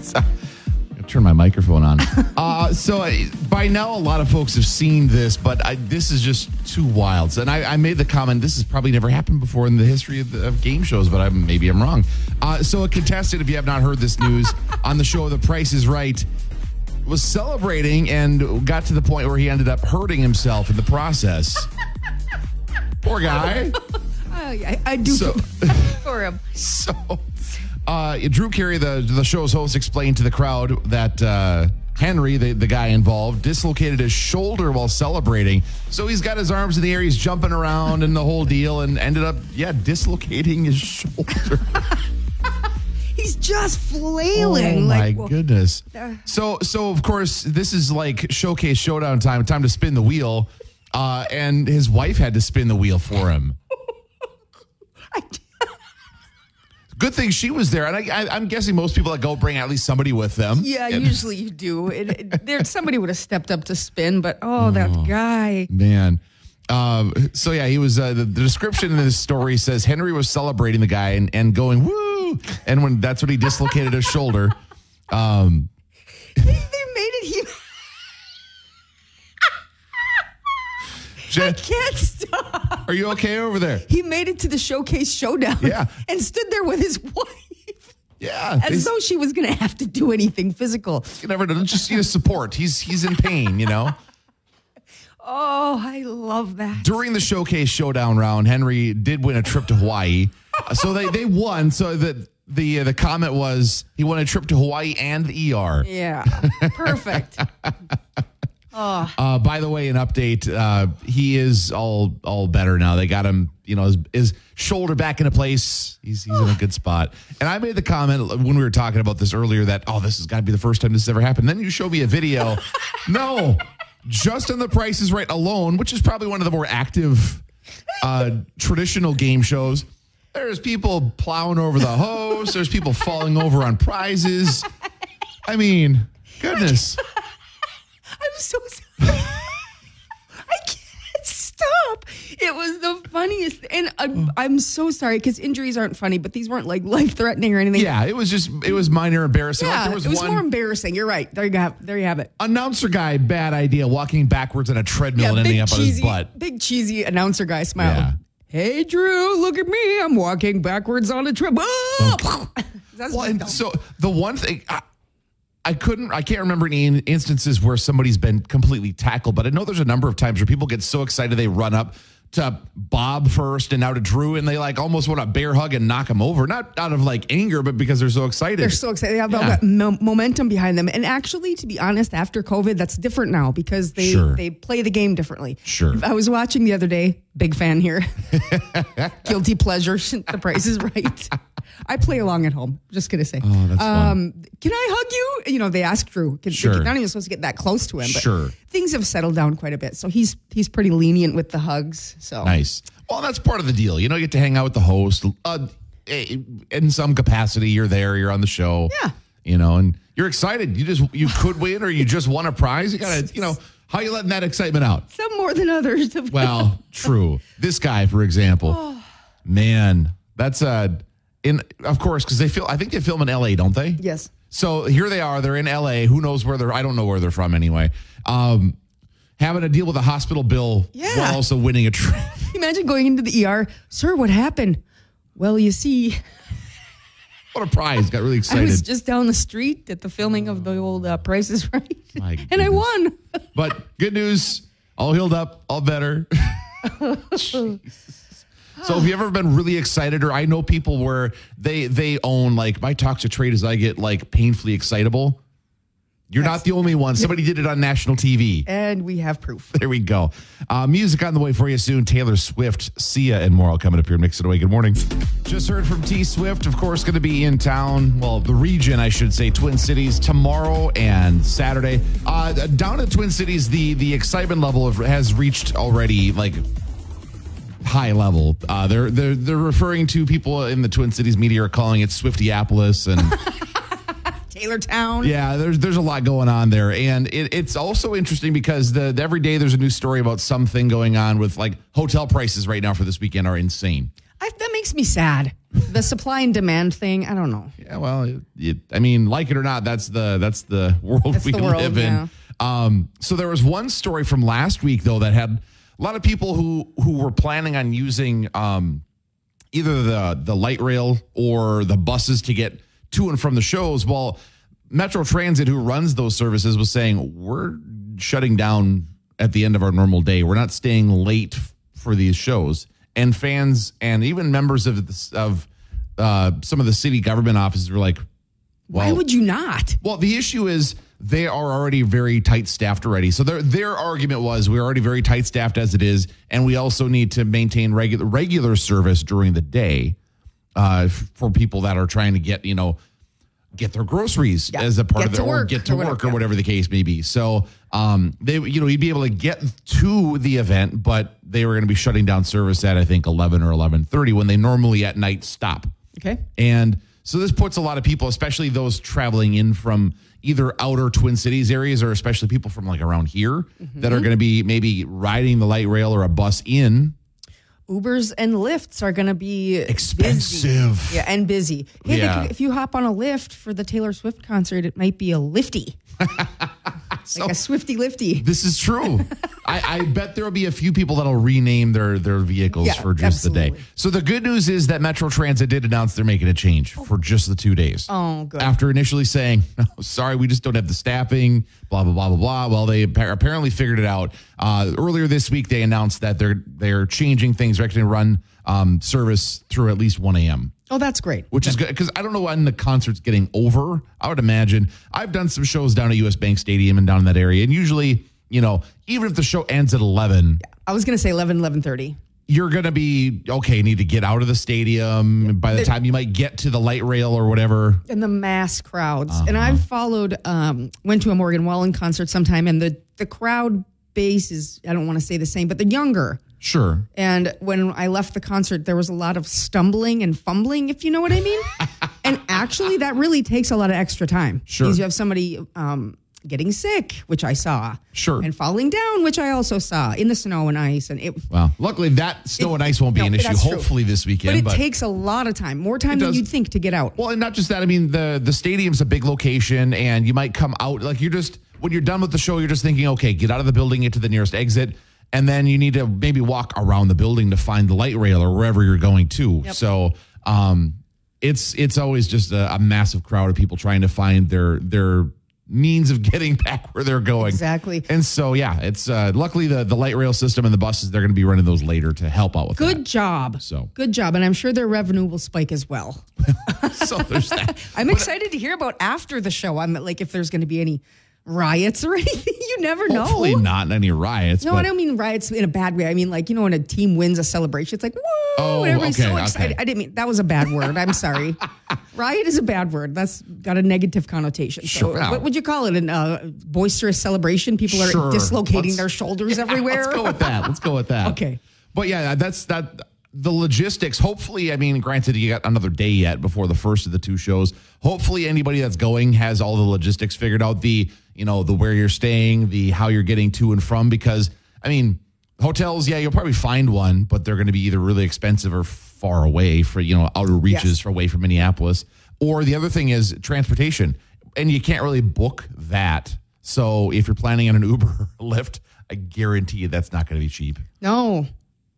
So, I'm gonna turn my microphone on. uh, so I, by now, a lot of folks have seen this, but I, this is just too wild. And I, I made the comment: this has probably never happened before in the history of, the, of game shows. But I, maybe I'm wrong. Uh, so a contestant, if you have not heard this news on the show, The Price is Right. Was celebrating and got to the point where he ended up hurting himself in the process. Poor guy. I, I do So- for him. So, uh, Drew Carey, the the show's host, explained to the crowd that uh, Henry, the, the guy involved, dislocated his shoulder while celebrating. So he's got his arms in the air, he's jumping around and the whole deal, and ended up, yeah, dislocating his shoulder. He's just flailing. Oh my like, well, uh, goodness! So, so of course, this is like showcase showdown time. Time to spin the wheel, uh, and his wife had to spin the wheel for him. Good thing she was there, and I, I, I'm guessing most people that go bring at least somebody with them. Yeah, And- usually you do. It, it- there, somebody would have stepped up to spin, but oh, that guy. Man. Um, so yeah, he was. Uh, the, the description in this story says Henry was celebrating the guy and, and going woo, and when that's when he dislocated his shoulder. Um, They, they made it. He Jen, can't stop. are you okay over there? He made it to the showcase showdown. Yeah. and stood there with his wife, Yeah, as he's- though she was going to have to do anything physical. you never know. Just you know, support. He's he's in pain. You know. Oh, I love that. During the showcase showdown round, Henry did win a trip to Hawaii. So they they won. So the the the comment was he won a trip to Hawaii and the ER. Yeah, perfect. Uh, by the way, an update. Uh, he is all all better now. They got him, you know, his, his shoulder back into place. He's he's in a good spot. And I made the comment when we were talking about this earlier that oh, this has got to be the first time this has ever happened. Then you show me a video. no, just on The Price is Right alone, which is probably one of the more active uh, traditional game shows. There's people plowing over the host. There's people falling over on prizes. I mean, goodness. I'm so sorry. I can't stop. It was the funniest, and Mm. I'm, I'm so sorry because injuries aren't funny, but these weren't like life threatening or anything. Yeah, it was just it was minor embarrassing. Like, Yeah, there was, it was one more embarrassing. You're right. There you have there you have it. announcer guy bad idea walking backwards on a treadmill and Yeah, ending up on his cheesy, butt. big cheesy announcer guy smiled. Yeah. Hey Drew, look at me. I'm walking backwards on a trip. Oh! That's Well, dumb. and so the one thing I, I couldn't, I can't remember any in- instances where somebody's been completely tackled, but I know there's a number of times where people get so excited they run up to Bob first and now to Drew and they like almost want to bear hug and knock him over, not out of like anger, but because they're so excited. They're so excited. They have all Yeah. that mo- momentum behind them. And actually, to be honest, after COVID, that's different now because they Sure. they play the game differently. Sure. I was watching the other day. Big fan here. Guilty pleasure. The Price is Right. I play along at home. Just gonna say. Oh, that's fun. Can I hug you? You know, they asked Drew. Can, Sure. They're not even supposed to get that close to him. But Sure. Things have settled down quite a bit, so he's he's pretty lenient with the hugs. So Nice. Well, that's part of the deal. You know, you get to hang out with the host. Uh, in some capacity, you're there. You're on the show. Yeah. You know, and you're excited. You just you could win, or you just won a prize. You gotta, you know, how you letting that excitement out? Some more than others. to be Well, true. This guy, for Oh. example, man, that's uh, in of course because they feel. I think they film in L.A., don't they? Yes. So here they are. They're in LA. Who knows where they're? I don't know where they're from anyway. Um, having to deal with a hospital bill Yeah. while also winning a trip. Imagine going into the ER, sir, what happened? Well, you see, What a prize! Got really I excited. was just down the street at the filming of the old uh, Price is Right, My and I goodness. won. but good news, all healed up, all better. Jesus. So have you ever been really excited or I know people where they they own like my toxic trait is I get like painfully excitable. You're not the only one. Somebody did it on national TV. And we have proof. There we go. Uh, music on the way for you soon. Taylor Swift, Sia, and more all coming up here. Mix it away. Good morning. Just heard from T Swift. Of course, going to be in town. Well, the region, I should say, Twin Cities tomorrow and Saturday. Uh, down at Twin Cities, the the excitement level of, has reached already like high level. Uh, they're they're they're referring to people in the Twin Cities media are calling it Swiftyapolis and. Taylor Town. Yeah, there's there's a lot going on there, and it, it's also interesting because the, the- every day there's a new story about something going on with like hotel prices right now for this weekend are insane. I, that makes me sad. The supply and demand thing. I don't know. Yeah, well, it, it, I mean, like it or not, that's the that's the world That's we the world, live in. yeah. Um, so there was one story from last week though that had a lot of people who who were planning on using um, either the the light rail or the buses to get to and from the shows. Well, Metro Transit, who runs those services, was saying we're shutting down at the end of our normal day. We're not staying late f- for these shows, and fans and even members of the, of uh, some of the city government offices were like, Why would you not? well, the issue is they are already very tight staffed already. So their their argument was we're already very tight staffed as it is, and we also need to maintain regular regular service during the day uh, f- for people that are trying to get you know get their groceries Yeah. as a part Get of their to or work get to or work whatever, or yeah. whatever the case may be. So um, they you know you'd be able to get to the event, but they were going to be shutting down service at I think eleven or eleven thirty when they normally at night stop. Okay. And so this puts a lot of people, especially those traveling in from either outer Twin Cities areas or especially people from like around here Mm-hmm. that are going to be maybe riding the light rail or a bus in. Ubers and lifts are going to be Expensive. busy. Yeah, and busy. Hey, Yeah. like, if you hop on a lift for the Taylor Swift concert, it might be a lifty, like a Swifty lifty. This is true. I, I bet there will be a few people that'll rename their their vehicles Yeah, for just the day. absolutely. So the good news is that Metro Transit did announce they're making a change for just the two days. Oh, good. After initially saying, no, "Sorry, we just don't have the staffing," blah blah blah blah blah. Well, they appa- apparently figured it out. Uh, earlier this week, they announced that they're they're changing things. They're going to run um, service through at least one a.m Oh, that's great. which is good because I don't know when the concert's getting over. I would imagine I've done some shows down at US Bank Stadium and down in that area, and usually, you know, even if the show ends at eleven, I was going to say 11, 11.30. you're gonna be okay. Need to get out of the stadium by the time you might get to the light rail or whatever. and the mass crowds. And Uh-huh. I've followed, um, went to a Morgan Wallen concert sometime, and the the crowd base is I don't want to say the same, but they're younger. Sure, And when I left the concert, there was a lot of stumbling and fumbling, if you know what I mean. and actually, that really takes a lot of extra time. Sure. Because you have somebody um, getting sick, which I saw. Sure. And falling down, which I also saw in the snow and ice. And it, Well, Luckily, that snow and ice won't be no, an issue. that's true. Hopefully, this but weekend. it takes a lot of time, more time than does. you'd think to get out. Well, and not just that. I mean, the the stadium's a big location, and you might come out like you're just when you're done with the show, you're just thinking, okay, get out of the building, get to the nearest exit, and then you need to maybe walk around the building to find the light rail or wherever you're going to. So, um, it's it's always just a, a massive crowd of people trying to find their their means of getting back where they're going. Exactly. And so, yeah, it's uh, luckily the the light rail system and the buses they're going to be running those later to help out with Good job. So. good job, and I'm sure their revenue will spike as well. that. So there's that. I'm excited to hear about after the show. I'm like, if there's going to be any riots or anything, you never know. Hopefully not any riots. no, but- I don't mean riots in a bad way. I mean like you know when a team wins a celebration, it's like whoa, Oh, and everybody's okay, so okay. excited. I didn't mean that was a bad word. I'm sorry. Riot is a bad word. That's got a negative connotation. So Sure. what would you call it? An uh, boisterous celebration? People are Sure. dislocating Let's- their shoulders Yeah, everywhere. Let's go with that. Let's go with that. Okay. But yeah, that's that. The logistics. Hopefully, I mean, granted, you got another day yet before the first of the two shows. Hopefully, anybody that's going has all the logistics figured out. The you know the where you're staying, the how you're getting to and from. Because I mean, hotels. Yeah, you'll probably find one, but they're going to be either really expensive or far away for you know outer reaches Yes. for away from Minneapolis. Or the other thing is transportation, and you can't really book that. So if you're planning on an Uber or Lyft, I guarantee you that's not going to be cheap, No,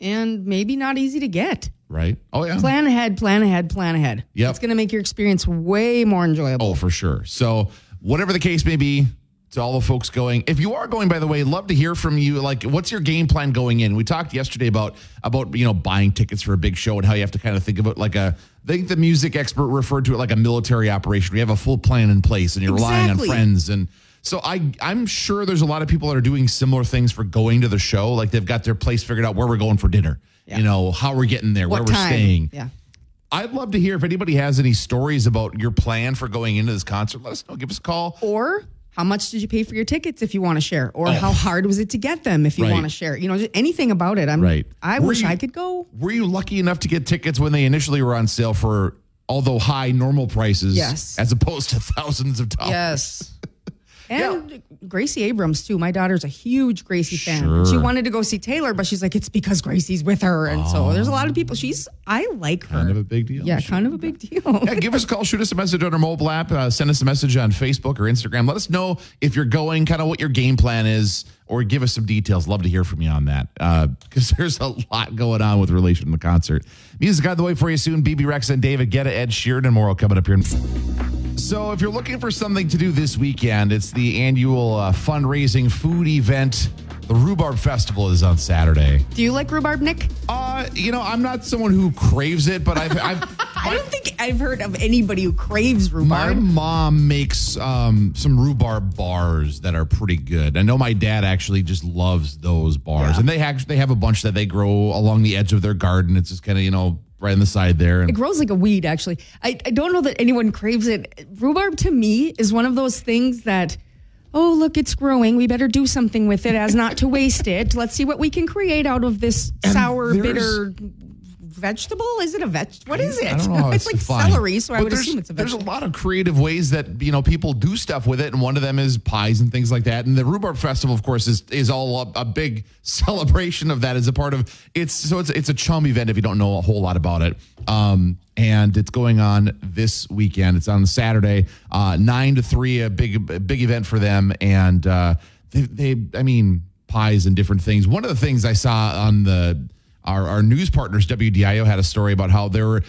and maybe not easy to get. right? Oh yeah, Plan ahead, plan ahead, plan ahead. Yep. It's going to make your experience way more enjoyable. oh for sure. So whatever the case may be, to all the folks going, if you are going, by the way, love to hear from you. Like, what's your game plan going in? We talked yesterday about about you know buying tickets for a big show and how you have to kind of think about like a. I think the music expert referred to it like a military operation. We have a full plan in place, and you're relying on Exactly. friends. friends. and so I I'm sure there's a lot of people that are doing similar things for going to the show like they've got their place figured out where we're going for dinner you know how we're getting there where we're staying Yeah. I'd love to hear if anybody has any stories about your plan for going into this concert let us know give us a call Or how much did you pay for your tickets if you want to share? Or how hard was it to get them if you Oh. Right. want to share? You know, just anything about it. I'm Right. I Were wish you- I could go. were you lucky enough to get tickets when they initially were on sale for although high normal prices Yes. as opposed to thousands of dollars Yes. And Gracie Abrams too. My daughter's a huge Gracie fan. She Sure. wanted to go see Taylor, but she's like, it's because Gracie's with her, and so there's a lot of people. She's I like her. Kind of a big deal. yeah, Sure. kind of a big deal. Yeah, give us a call, shoot us a message on our mobile app, uh, send us a message on Facebook or Instagram. Let us know if you're going, kind of what your game plan is, or give us some details. Love to hear from you on that because there's a lot going on with relation to the concert. Music on the way for you soon. BB Rex and David Guetta, Ed Sheeran, and more coming up here. So, if you're looking for something to do this weekend, it's the annual uh, fundraising food event. The Rhubarb Festival is on Saturday. Do you like rhubarb, Nick? Uh, you know, I'm not someone who craves it, but I've, I've I don't think I've heard of anybody who craves My rhubarb. mom makes um, some rhubarb bars that are pretty good. I know my dad actually just loves those bars, and they actually they have a bunch that they grow along the edge of their garden. It's just kind of you know right on the side there. It And grows like a weed, actually. I, I don't know that anyone craves it. Rhubarb to me is one of those things that, oh, look, it's growing. We better do something with it as not to waste it. Let's see what we can create out of this sour, there's- bitter vegetable. Is it a veg? What is it? I don't know. How it's like defined. celery, so I But would there's- assume it's a There's a vegetable. lot of creative ways that you know people do stuff with it, and one of them is pies and things like that. And the rhubarb festival, of course, is is all a, a big celebration of that as a part of it's. So it's it's a chum event if you don't know a whole lot about it. Um, and it's going on this weekend. It's on Saturday, uh, nine to three. A big a big event for them, and uh, they, they I mean pies and different things. One of the things I saw on the our, our news partners WDIO had a story about how there were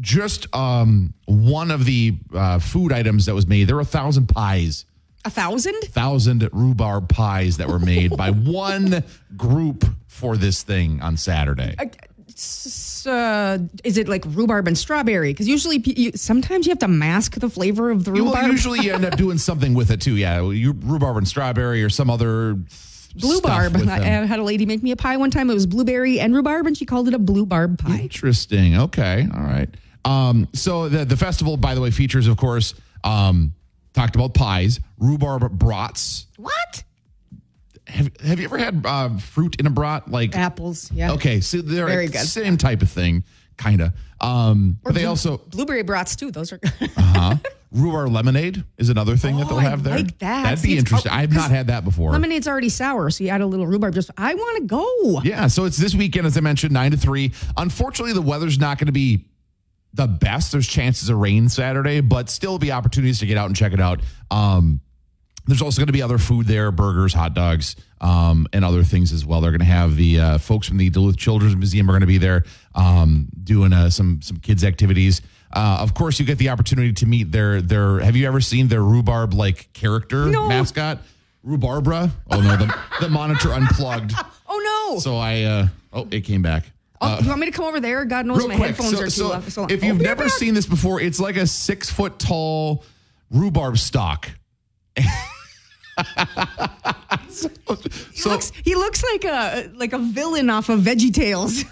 just um, one of the uh, food items that was made. There were a thousand pies, a thousand? thousand rhubarb pies that were made by one group for this thing on Saturday. S- uh, is it like rhubarb and strawberry? Because usually, pe- you, sometimes you have to mask the flavor of the You will rhubarb. usually you end up doing something with it too. Yeah, you, rhubarb and strawberry or some other blue stuff barb. with I them. I had a lady make me a pie one time. It was blueberry and rhubarb, and she called it a blue barb pie. Interesting. Okay. All right. Um, so the the festival, by the way, features, of course, um, talked about pies, rhubarb brats. What? Have, have you ever had uh, fruit in a brat? Like Apples. Yeah. Okay, so they're Very the good. same type of thing, kind of. Um, but they also Blueberry brats too. Those are. uh, rhubarb lemonade is another thing that Oh, they'll I have there. like that. That'd See, be it's- interesting. oh, I've not had that before. Lemonade's already sour, so you add a little rhubarb. Just I want to go. Yeah, so it's this weekend, as I mentioned, nine to three. Unfortunately, the weather's not going to be the best. There's chances of rain Saturday, but still be opportunities to get out and check it out. Um, there's also going to be other food there, burgers, hot dogs, um, and other things as well. They're going to have the uh, folks from the Duluth Children's Museum are going to be there um, doing uh, some some kids activities. Uh, of course, you get the opportunity to meet their their. Have you ever seen their rhubarb like character No. mascot, Rhubarbra? Oh no, the, the monitor unplugged. Oh no! So I, uh, oh, it came back. oh, you want me to come over there? God knows Real my quick, headphones so, are too so long. so long. Oh, if you've Open never your mouth. seen this before, it's like a six foot tall rhubarb stalk. so, he so looks, he looks like a like a villain off of Veggie Tales.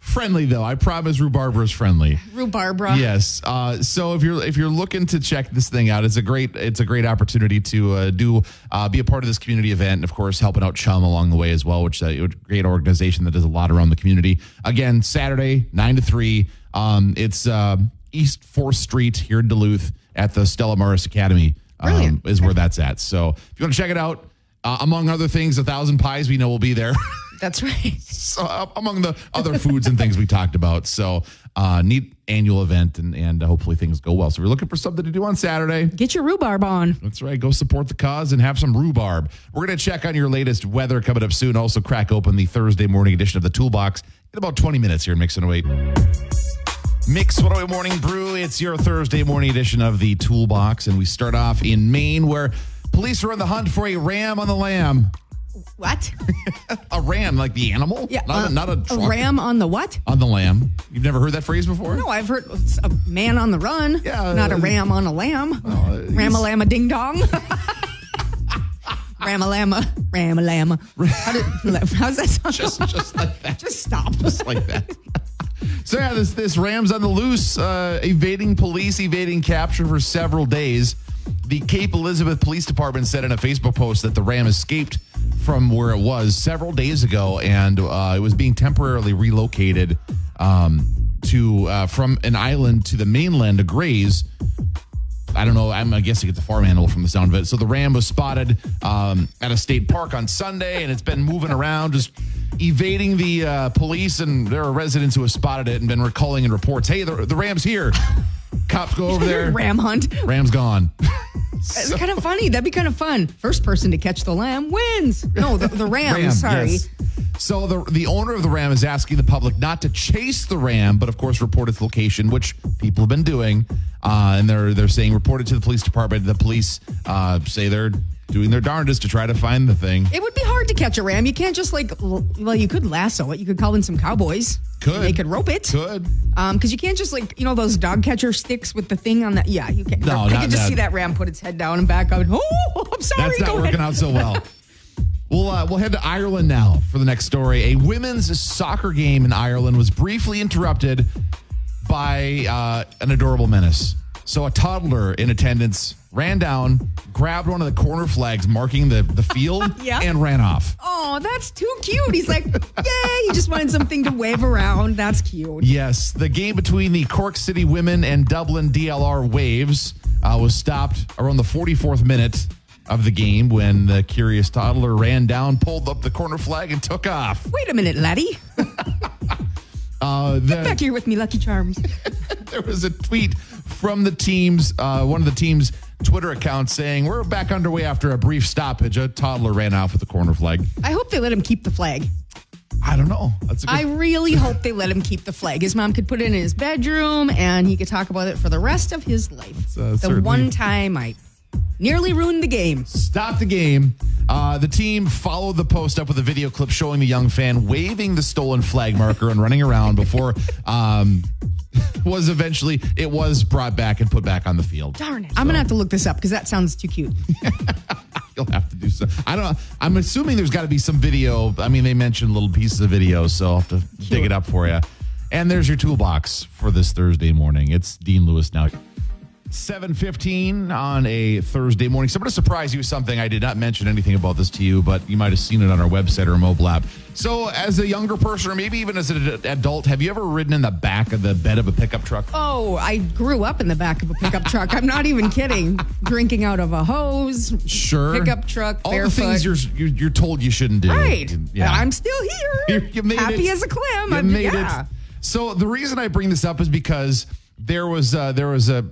friendly though, I promise rhubarb is friendly. Rhubarbra. Yes. Uh, so if you're if you're looking to check this thing out, it's a great it's a great opportunity to uh, do uh, be a part of this community event, and of course helping out Chum along the way as well, which uh, is a great organization that does a lot around the community. Again, Saturday nine to three. Um, it's um East Fourth Street here in Duluth at the Stella Maris Academy. Um, Brilliant. is where that's at. So if you want to check it out, uh, among other things, a thousand pies we know will be there. That's right. so, uh, among the other foods and things we talked about. So, uh, neat annual event, and, and uh, hopefully things go well. So, if you're looking for something to do on Saturday, Get your rhubarb on. that's right. Go support the cause and have some rhubarb. We're going to check on your latest weather coming up soon. Also, crack open the Thursday morning edition of the Toolbox in about 20 minutes here in Mix 108. Mix 108 Morning Brew. It's your Thursday morning edition of the Toolbox. And we start off in Maine, where police are on the hunt for a ram on the lamb. What? A ram, like the animal? Not, uh, a, not a truck. ram on the what? on the lamb. You've never heard that phrase before? No, I've heard it's a man on the run. Yeah, Not a uh, ram on a lamb. ram a lamb a ding dong. ram a lamb a ram a lamb. a- How did- How's that sound? Just, just like that. Just stop. Just like that. So yeah, this this Rams on the loose, uh, evading police, evading capture for several days. The Cape Elizabeth Police Department said in a Facebook post that the ram escaped from where it was several days ago, and uh, it was being temporarily relocated um, to uh, from an island to the mainland to graze. I don't know. I'm I guess you get the farm animal from the sound of it. So the ram was spotted um, at a state park on Sunday, and it's been moving around, just evading the uh, police. And there are residents who have spotted it and been recalling in reports. Hey, the, the ram's here. Cops go over there. Ram hunt. Ram's gone. It's kind of funny. That'd be kind of fun. First person to catch the lamb wins. No, the, the ram, Sorry. yes. So the the owner of the ram is asking the public not to chase the ram, but of course report its location, which people have been doing, uh, and they're they're saying report it to the police department. The police uh, say they're doing their darndest to try to find the thing. It would be hard to catch a ram. You can't just like, l- well, you could lasso it. You could call in some cowboys. Could. They could rope it. Could. Um, because you can't just like, you know, those dog catcher sticks with the thing on that. Yeah, you can't. No, I not could just that. see that ram put its head down and back up. Oh, I'm sorry. That's not Go working ahead. out so well. We'll, uh, we'll head to Ireland now for the next story. A women's soccer game in Ireland was briefly interrupted by uh, an adorable menace. So, a toddler in attendance ran down, grabbed one of the corner flags marking the, the field, Yeah. and ran off. Oh, that's too cute. He's like, yay. He just wanted something to wave around. That's cute. Yes, the game between the Cork City Women and Dublin DLR Waves uh, was stopped around the 44th minute of the game when the curious toddler ran down, pulled up the corner flag, and took off. Wait a minute, laddie. Uh, Back the, here with me, Lucky Charms. there was a tweet from the team's uh, one of the team's Twitter account saying, "We're back underway after a brief stoppage. A toddler ran off with the corner flag. I hope they let him keep the flag. I don't know. That's a good I really hope they let him keep the flag. His mom could put it in his bedroom and he could talk about it for the rest of his life. uh, the certainly- one time I nearly ruined the game. Stop the game. Uh, the team followed the post up with a video clip showing the young fan waving the stolen flag marker and running around before um, was eventually it was brought back and put back on the field. Darn it. I'm going to have to look this up because that sounds too cute. You'll have to do so. I don't. I'm assuming there's got to be some video. I mean, they mentioned little pieces of video, so I'll have to dig it up for you. And there's your toolbox for this Thursday morning. It's Dean Lewis now. 7:15 on a Thursday morning. So I'm going to surprise you with something. I did not mention anything about this to you, but you might have seen it on our website or mobile app. So, as a younger person, or maybe even as an adult, have you ever ridden in the back of the bed of a pickup truck? Oh, I grew up in the back of a pickup truck. I'm not even kidding. Drinking out of a hose. Sure. Pickup truck, All barefoot. the things you're, you're you're told you shouldn't do. Right. Yeah. I'm still here. You- you made Happy it. as a clam. You I'm, made yeah. it. So the reason I bring this up is because there was uh, there was a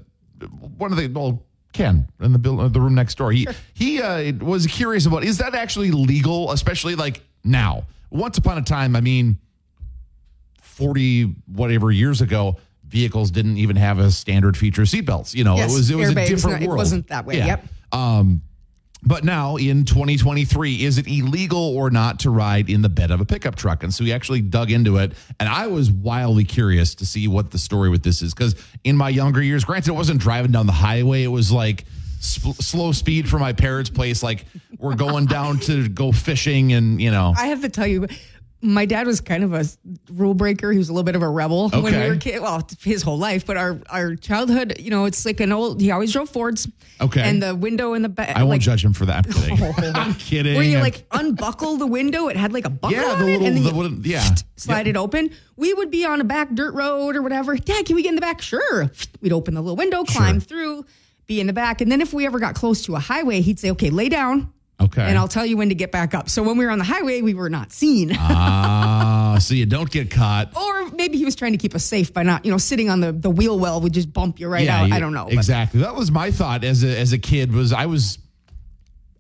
one of the well Ken in the build, the room next door. He he uh, was curious about is that actually legal, especially like now. Once upon a time, I mean, forty whatever years ago. Vehicles didn't even have a standard feature seatbelts. You know, Yes, it was it was a airbags, different no, it world. wasn't that way, yep. Um, but now in 2023, is it illegal or not to ride in the bed of a pickup truck? And so we actually dug into it. And I was wildly curious to see what the story with this is. Because in my younger years, granted, it wasn't driving down the highway, it was like sp- slow speed from my parents' place. Like we're going down to go fishing and, you know. I have to tell you, my dad was kind of a rule breaker. He was a little bit of a rebel when Okay. we were kids. Well, his whole life, but our our childhood, you know, it's like an old. He always drove Fords. Okay. And the window in the back. I won't like, judge him for that. I'm kidding. I'm kidding. Where you I'm- like unbuckle the window, it had like a buckle Yeah, on the it, little- and then the you little- yeah. slide it open. We would be on a back dirt road or whatever. Dad, can we get in the back? Sure. We'd open the little window, climb through, be in the back, and then if we ever got close to a highway, he'd say, "Okay, lay down." Okay. And I'll tell you when to get back up. So when we were on the highway, we were not seen. Ah, so you don't get caught. or maybe he was trying to keep us safe by not, you know, sitting on the, the wheel well would just bump you right out. you- I don't know. but- Exactly. That was my thought as a as a kid was I was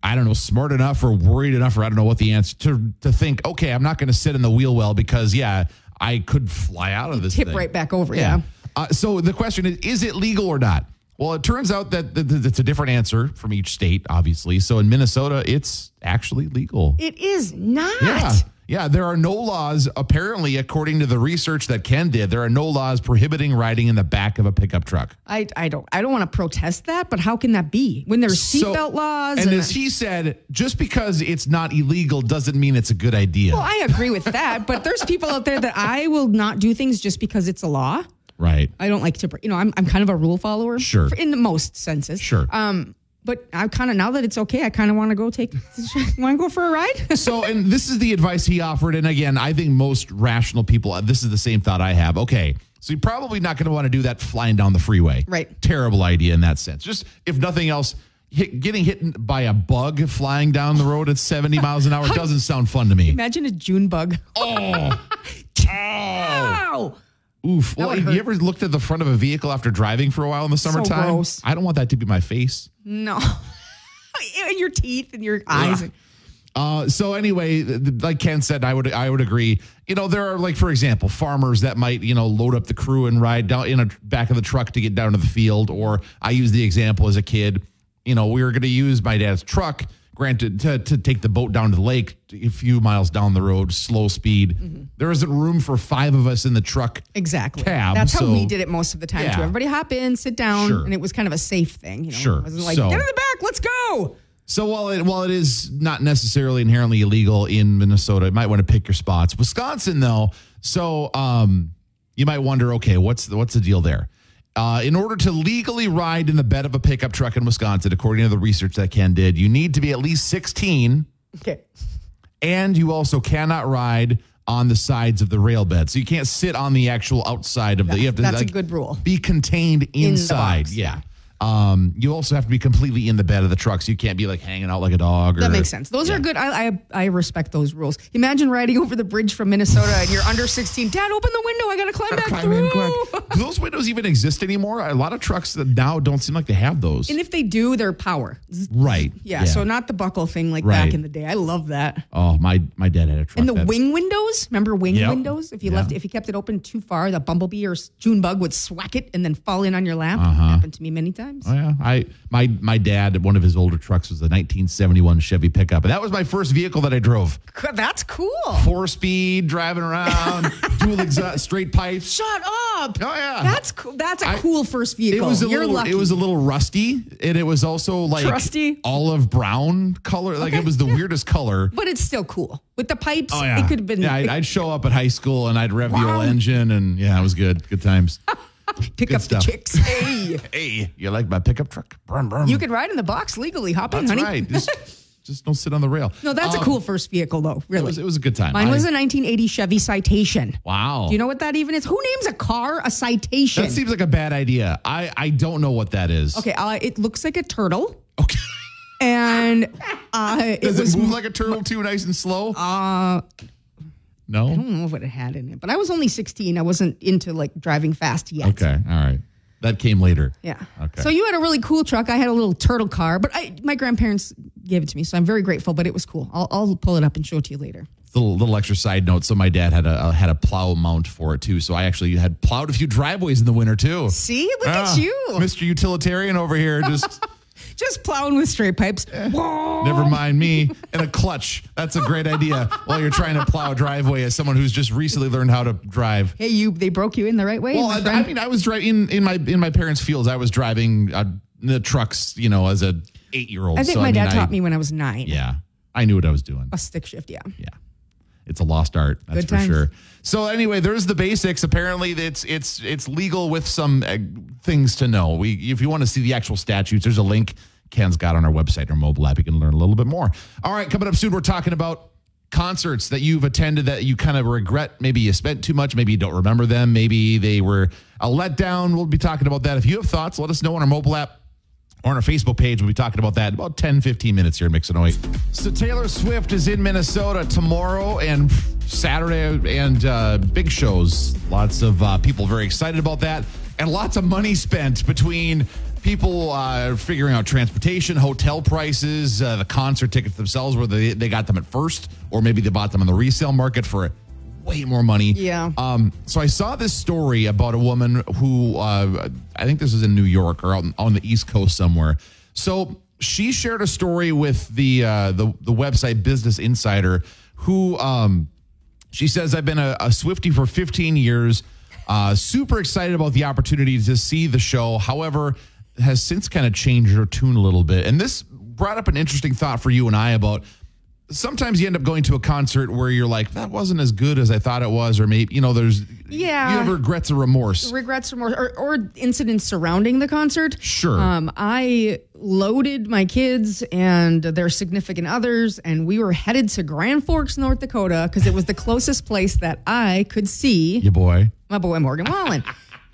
I don't know, smart enough or worried enough or I don't know what the answer to to think, okay, I'm not gonna sit in the wheel well because yeah, I could fly out of this. Tip thing. right back over. Yeah. Uh, so the question is, is it legal or not? Well, it turns out that th- th- it's a different answer from each state, obviously. So in Minnesota, it's actually legal. It is not. Yeah. Yeah, there are no laws, apparently, according to the research that Ken did, there are no laws prohibiting riding in the back of a pickup truck. I, I don't I don't want to protest that, but how can that be when there's So- seatbelt laws? And as he said, just because it's not illegal doesn't mean it's a good idea. well, I agree with that, but there's people out there that I will not do things just because it's a law. right. I don't like to, you know, I'm I'm kind of a rule follower. Sure. for- in the most senses. Sure. Um, but I kind of now that it's okay, I kind of want to go take want to go for a ride. so, and uh, this is the advice he offered. And again, I think most rational people, this is the same thought I have. Okay, So you're probably not going to want to do that flying down the freeway. Right. Terrible idea in that sense. Just if nothing else, hit, getting hit by a bug flying down the road at 70 miles an hour doesn't sound fun to me. Imagine a June bug. Oh. oh. Ow! Oof. Well, would have you hurt. ever looked at the front of a vehicle after driving for a while in the summertime? gross. I don't want that to be my face. No. and your teeth and your eyes. Uh, so anyway, th- th- like Ken said, I would I would agree. You know, there are like for example, farmers that might you know load up the crew and ride down in a tr- back of the truck to get down to the field. Or I use the example as a kid. You know, we were going to use my dad's truck, granted, to, to take the boat down to the lake a few miles down the road, slow speed. There isn't room for five of us in the truck. Exactly. Cab, That's how we so- did it most of the time Yeah. too. Everybody hop in, sit down, Sure. and it was kind of a safe thing. You know? Sure. It wasn't like So- get in the back, let's go. So while it while it is not necessarily inherently illegal in Minnesota, you might want to pick your spots. Wisconsin, though, so um, you might wonder, okay, what's the, what's the deal there? Uh, in order to legally ride in the bed of a pickup truck in Wisconsin, according to the research that Ken did, you need to be at least 16, Okay. and you also cannot ride on the sides of the rail bed. So you can't sit on the actual outside of the. You have to That's a like, good rule. be contained inside. box. yeah. Um, you also have to be completely in the bed of the truck, so you can't be like hanging out like a dog. Or, That makes sense. Those are good. I, I I respect those rules. Imagine riding over the bridge from Minnesota and you're under 16. Dad, open the window. I gotta climb back Climb in through. quick. Do those windows even exist anymore? A lot of trucks that now don't seem like they have those. And if they do, they're power. Yeah, right. So not the buckle thing like Right. back in the day. I love that. Oh, my my dad had a truck. And the that- wing windows. Remember wing Yep. windows? If you Yeah. left, if you kept it open too far, the bumblebee or s- June bug would swack it and then fall in on your lap. Uh-huh. Happened to me many times. Oh, yeah. I my my dad one of his older trucks was a 1971 Chevy pickup, and that was my first vehicle that I drove. Co- That's cool. Four speed, driving around, dual exhaust, straight pipes. Shut up. Oh yeah. That's cool. That's a cool first vehicle. It was a You're little. lucky. It was a little rusty, and it was also like Rusty? olive brown color. Like it was the weirdest color. but it's still cool with the pipes. Oh yeah, It could have been Yeah, I'd, I'd show up at high school and I'd rev the Wow. old engine, and yeah, it was good. Good times. pick good up stuff. the chicks. Hey, hey, you like my pickup truck? Brum, brum. you can ride in the box legally. Hop in, That's honey. right. Just, just don't sit on the rail. No, that's a Um, cool first vehicle though. It Really. was, it was a good time. Mine I- was a 1980 Chevy Citation. wow. Do you know what that even is? Who names a car a Citation? that seems like a bad idea. I I don't know what that is. okay, uh, it looks like a turtle, Okay. and uh, it Does it, was. move like a turtle too, nice and slow? Uh, I no. don't know what it had in it, but I was only 16. I wasn't into like driving fast yet. Okay. All right. That came later. Yeah. Okay. So you had a really cool truck. I had a little turtle car, but I, my grandparents gave it to me, so I'm very grateful. But it was cool. I'll, I'll pull it up and show it to you later. little, little extra side note. So my dad had a uh, had a plow mount for it too. So I actually had plowed a few driveways in the winter too. See, look Ah, at you, Mr. Utilitarian over here. Just just plowing with straight pipes. Whoa. never mind me and a clutch. That's a great idea while you're trying to plow a driveway as someone who's just recently learned how to drive. Hey, you. They broke you in the right way. Well, my I, friend. I mean, I was driving in, in my in my parents' fields. I was driving uh, the trucks, you know, as a eight year old. I think my dad taught me when I was nine. Yeah, I knew what I was doing. A stick shift. Yeah. yeah it's a lost art that's Good for times. sure so anyway there's the basics apparently it's it's it's legal with some uh, things to know we if you want to see the actual statutes there's a link ken's got on our website or mobile app you can learn a little bit more all right coming up soon we're talking about concerts that you've attended that you kind of regret maybe you spent too much maybe you don't remember them maybe they were a letdown we'll be talking about that if you have thoughts let us know on our mobile app or on our Facebook page. We'll be talking about that in about 10, 15 minutes here in Mixanoid. So Taylor Swift is in Minnesota tomorrow and Saturday and uh, big shows. Lots of uh, people very excited about that and lots of money spent between people uh, figuring out transportation, hotel prices, uh, the concert tickets themselves, whether they, they got them at first or maybe they bought them on the resale market for way more money. Yeah. Um, so I saw this story about a woman who uh, I think this is in New York or out on, on the East Coast somewhere. So she shared a story with the uh, the the website Business Insider, who um, she says I've been a, a Swifty for 15 years. Uh, super excited about the opportunity to see the show. However, has since kind of changed her tune a little bit, and this brought up an interesting thought for you and I about sometimes you end up going to a concert where you're like, that wasn't as good as I thought it was, or maybe you know, there's Yeah. you have regrets or remorse. regrets, remorse, or, or incidents surrounding the concert. Sure. Um, I loaded my kids and their significant others, and we were headed to Grand Forks, North Dakota, because it was the closest place that I could see you boy. my boy Morgan Wallen.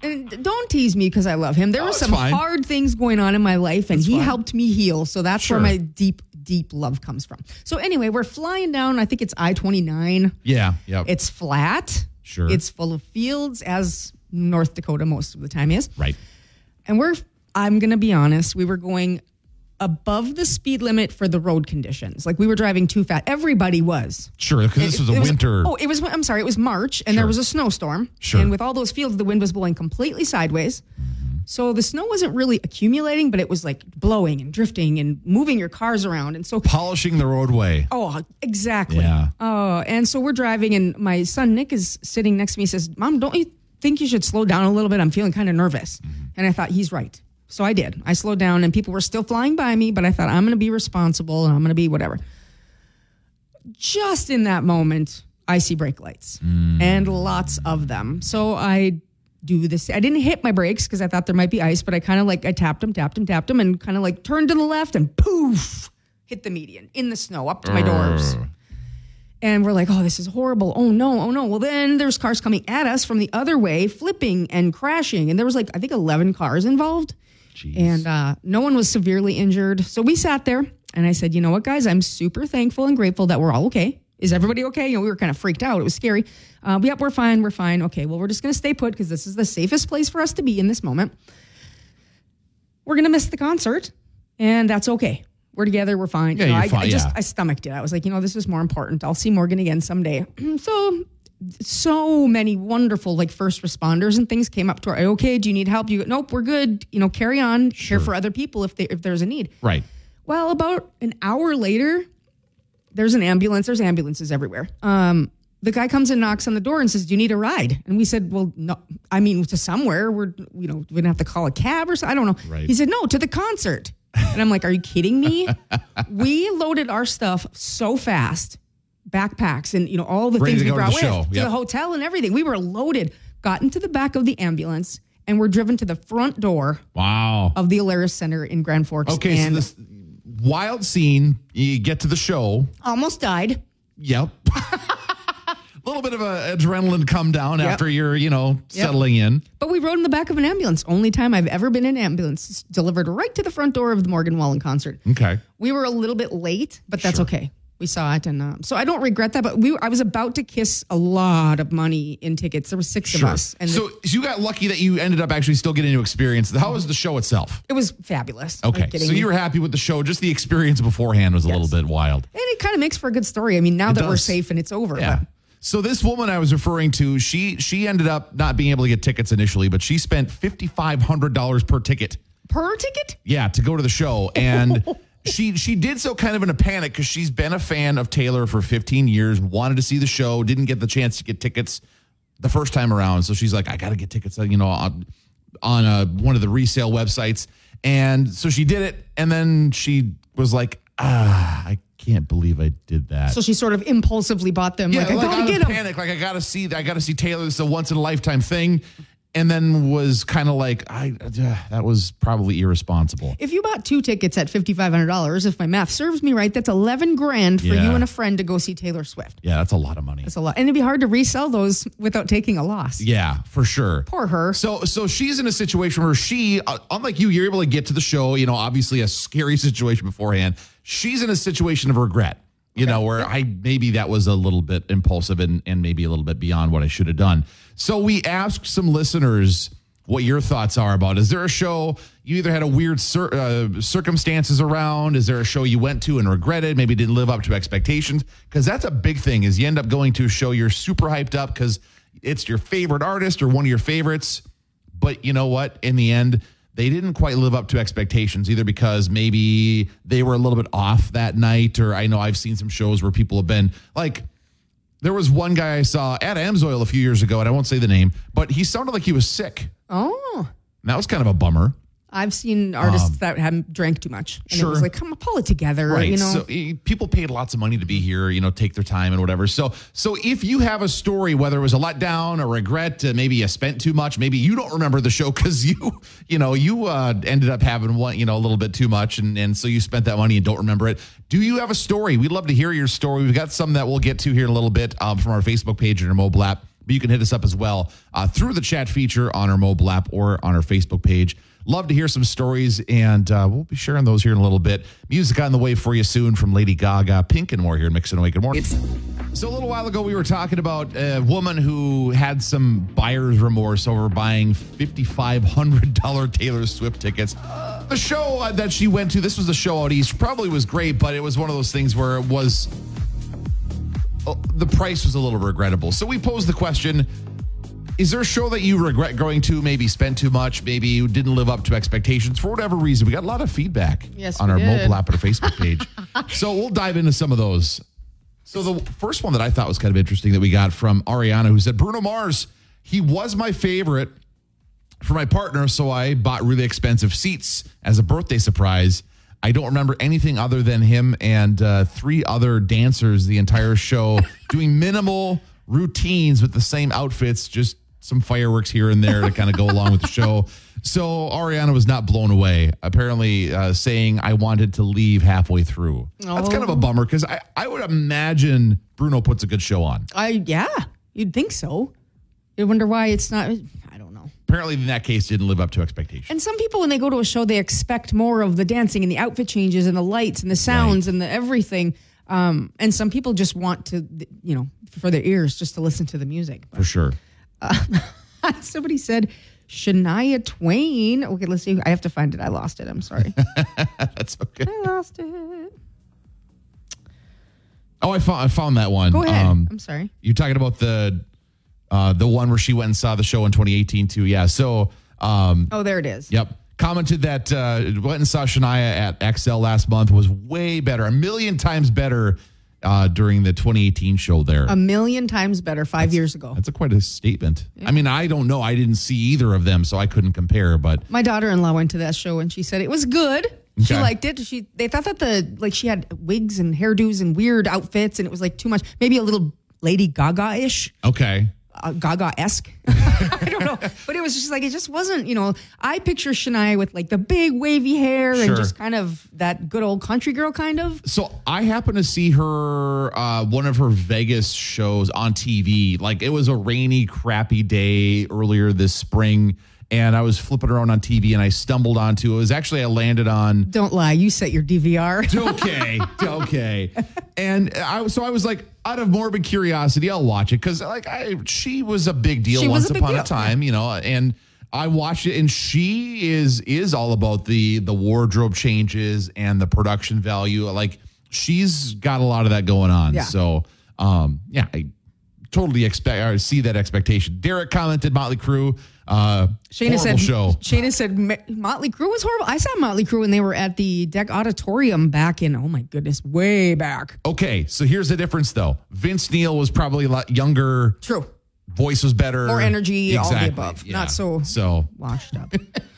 And don't tease me because I love him. There were it's some fine. hard things going on in my life, and he fine. helped me heal. So that's Sure. where my deep, deep love comes from. So anyway, we're flying down. I think it's I twenty nine. Yeah. Yeah. It's flat. Sure. It's full of fields, as North Dakota most of the time is. right. And we're, I'm going to be honest, we were going above the speed limit for the road conditions. Like we were driving too fast. Everybody was. Sure. Because this was a It winter. Oh, it was, I'm sorry, it was March and there was a snowstorm. Sure. And with all those fields, the wind was blowing completely sideways. So the snow wasn't really accumulating, but it was like blowing and drifting and moving your cars around. And so polishing the roadway. Oh, exactly. Yeah. Oh, and so we're driving, and my son Nick is sitting next to me. He says, "Mom, don't you think you should slow down a little bit? I'm feeling kind of nervous." And I thought he's right, so I did. I slowed down, and people were still flying by me, but I thought I'm going to be responsible and I'm going to be whatever. Just in that moment, I see brake lights and lots of them. So I do this. I didn't hit my brakes because I thought there might be ice, but I kind of like I tapped them, tapped them, tapped them, and kind of like turned to the left and poof, hit the median in the snow up to my doors. And we're like, oh, this is horrible. Oh no, oh no. Well, then there's cars coming at us from the other way, flipping and crashing. And there was like, I think 11 cars involved. Jeez. And uh, no one was severely injured. So we sat there and I said, you know what, guys, I'm super thankful and grateful that we're all okay. Is everybody okay? You know, we were kind of freaked out. It was scary. Uh, yep, we're fine. We're fine. Okay, well, we're just going to stay put because this is the safest place for us to be in this moment. We're going to miss the concert and that's okay. We're together. We're fine. Yeah, you know, you're I, fine, I just, yeah. I stomached it. I was like, you know, this is more important. I'll see Morgan again someday. so, so many wonderful like first responders and things came up to her. Okay, do you need help? You nope, we're good. You know, carry on. Care for other people if they if there's a need. Right. Well, about an hour later, there's an ambulance. There's ambulances everywhere. Um, the guy comes and knocks on the door and says, "Do you need a ride?" And we said, "Well, no. I mean, to somewhere. We're you know we didn't have to call a cab or something. I don't know." Right. He said, "No, to the concert." And I'm like, "Are you kidding me?" we loaded our stuff so fast, backpacks and you know all the Ready to things go we to brought the with show. to Yep. the hotel and everything. We were loaded. Got into the back of the ambulance and were driven to the front door Wow. of the Alaris Center in Grand Forks. Okay. So and this wild scene. You get to the show. almost died. Yep. A little bit of a adrenaline come down Yep. after you're, you know, settling in. But we rode in the back of an ambulance. Only time I've ever been in an ambulance. It's delivered right to the front door of the Morgan Wallen concert. Okay. We were a little bit late, but that's Sure. okay. We saw it, and um, so I don't regret that. But we, I was about to kiss a lot of money in tickets. There were six of us, and so, so you got lucky that you ended up actually still getting to experience. How was the show itself? it was fabulous. Are you Okay. kidding So me? you were happy with the show. Just the experience beforehand was a little bit wild. and it kind of makes for a good story. I mean, now that we're does. safe and it's over, Yeah. but- So this woman I was referring to, she she ended up not being able to get tickets initially, but she spent fifty five hundred dollars per ticket. per ticket. Yeah, to go to the show, and she she did so kind of in a panic because she's been a fan of Taylor for fifteen years, wanted to see the show, didn't get the chance to get tickets the first time around, so she's like, I got to get tickets, you know, on on uh one of the resale websites, and so she did it, and then she was like, ah, I can't believe I did that. So she sort of impulsively bought them. Yeah, like, I out gotta of get them. panic. Like I gotta see, I gotta see Taylor. This is a once in a lifetime thing. And then was kind of like, I uh, that was probably irresponsible. If you bought two tickets at fifty five hundred dollars, if my math serves me right, that's eleven grand for Yeah. you and a friend to go see Taylor Swift. Yeah, that's a lot of money. That's a lot, and it'd be hard to resell those without taking a loss. Yeah, for sure. Poor her. So, so she's in a situation where she, uh, unlike you, you're able to get to the show. You know, obviously a scary situation beforehand. She's in a situation of regret. You know, where I maybe that was a little bit impulsive and and maybe a little bit beyond what I should have done. So we asked some listeners what your thoughts are about. Is there a show you either had a weird cir- uh, circumstances around? Is there a show you went to and regretted? Maybe didn't live up to expectations? Because that's a big thing. Is you end up going to a show you're super hyped up because it's your favorite artist or one of your favorites. But you know what? In the end, they didn't quite live up to expectations either because maybe they were a little bit off that night. Or I know I've seen some shows where people have been like, there was one guy I saw at Amsoil a few years ago, and I won't say the name, but he sounded like he was sick. Oh, And that was kind of a bummer. I've seen artists that haven't drank too much. And It was Um, sure. like, come on, pull it together. Right. You know, So eh, people paid lots of money to be here, you know, take their time and whatever. So, so if you have a story, whether it was a letdown, a regret, uh, maybe you spent too much, maybe you don't remember the show because you, you know, you uh, ended up having one, you know, a little bit too much, and and so you spent that money and don't remember it. Do you have a story? We'd love to hear your story. We've got some that we'll get to here in a little bit um, from our Facebook page and our mobile app. But you can hit us up as well uh, through the chat feature on our mobile app or on our Facebook page. Love to hear some stories, and uh, we'll be sharing those here in a little bit. Music on the way for you soon from Lady Gaga, Pink, and more here. Mix and away. Good morning. so a little while ago, we were talking about a woman who had some buyer's remorse over buying fifty-five hundred dollar Taylor Swift tickets. The show uh, that she went to, this was a show out east, probably was great, but it was one of those things where it was uh, the price was a little regrettable. So we posed the question Is there a show that you regret going to? Maybe spent too much, maybe you didn't live up to expectations for whatever reason? We got a lot of feedback Yes, on we our did. mobile app and our Facebook page. so we'll dive into some of those. So the first one that I thought was kind of interesting that we got from Ariana, who said, Bruno Mars, he was my favorite for my partner, so I bought really expensive seats as a birthday surprise. I don't remember anything other than him and uh, three other dancers the entire show doing minimal routines with the same outfits, just some fireworks here and there to kind of go along with the show. So Ariana was not blown away, apparently uh, saying, I wanted to leave halfway through. That's kind of a bummer because I, I would imagine Bruno puts a good show on. I yeah, you'd think so. You wonder why it's not. I don't know. Apparently, in that case, didn't live up to expectations. And some people, when they go to a show, they expect more of the dancing and the outfit changes and the lights and the sounds and the everything. Um, and some people just want to, you know, for their ears, just to listen to the music. But For sure. somebody said Shania Twain. Okay, let's see. I have to find it. I lost it. I'm sorry. That's okay. I lost it. Oh, I found I found that one. Um, Go ahead. I'm sorry. you're talking about the uh, the one where she went and saw the show in 2018 too. Yeah. So, um, Oh, there it is. yep. Commented that uh, went and saw Shania at XL last month was way better, a million times better uh, during the 2018 show. There, A million times better five years ago. that's a quite a statement. I mean, I don't know. I didn't see either of them, so I couldn't compare. But My daughter-in-law went to that show and she said it was good. She Okay. liked it. She they thought that the like she had wigs and hairdos and weird outfits and it was like too much. Maybe a little Lady Gaga-ish, okay, uh, Gaga-esque. I don't know, but it was just like it just wasn't. You know, I picture Shania with like the big wavy hair Sure. and just kind of that good old country girl kind of. So I happened to see her uh, one of her Vegas shows on TV. Like it was a rainy, crappy day earlier this spring, and I was flipping around on TV, and I stumbled onto it. Was actually I landed on. Don't lie, you set your DVR. Okay, okay, and I was so I was like out of morbid curiosity, I'll watch it because like I she was a big deal She was once a big upon a deal. time, you know, and. I watched it, and she is is all about the the wardrobe changes and the production value. Like she's got a lot of that going on. Yeah. So, um, yeah, I totally expect or see that expectation. Derek commented, "Motley Crue, uh, Shana horrible said. show." Shana said "Ma- Motley Crue was horrible. I saw Motley Crue when they were at the Deck Auditorium back in oh my goodness, way back. Okay, so here's the difference though. Vince Neil was probably a lot younger. True. voice was better. More energy, all the Exactly, above. Not so- So washed up.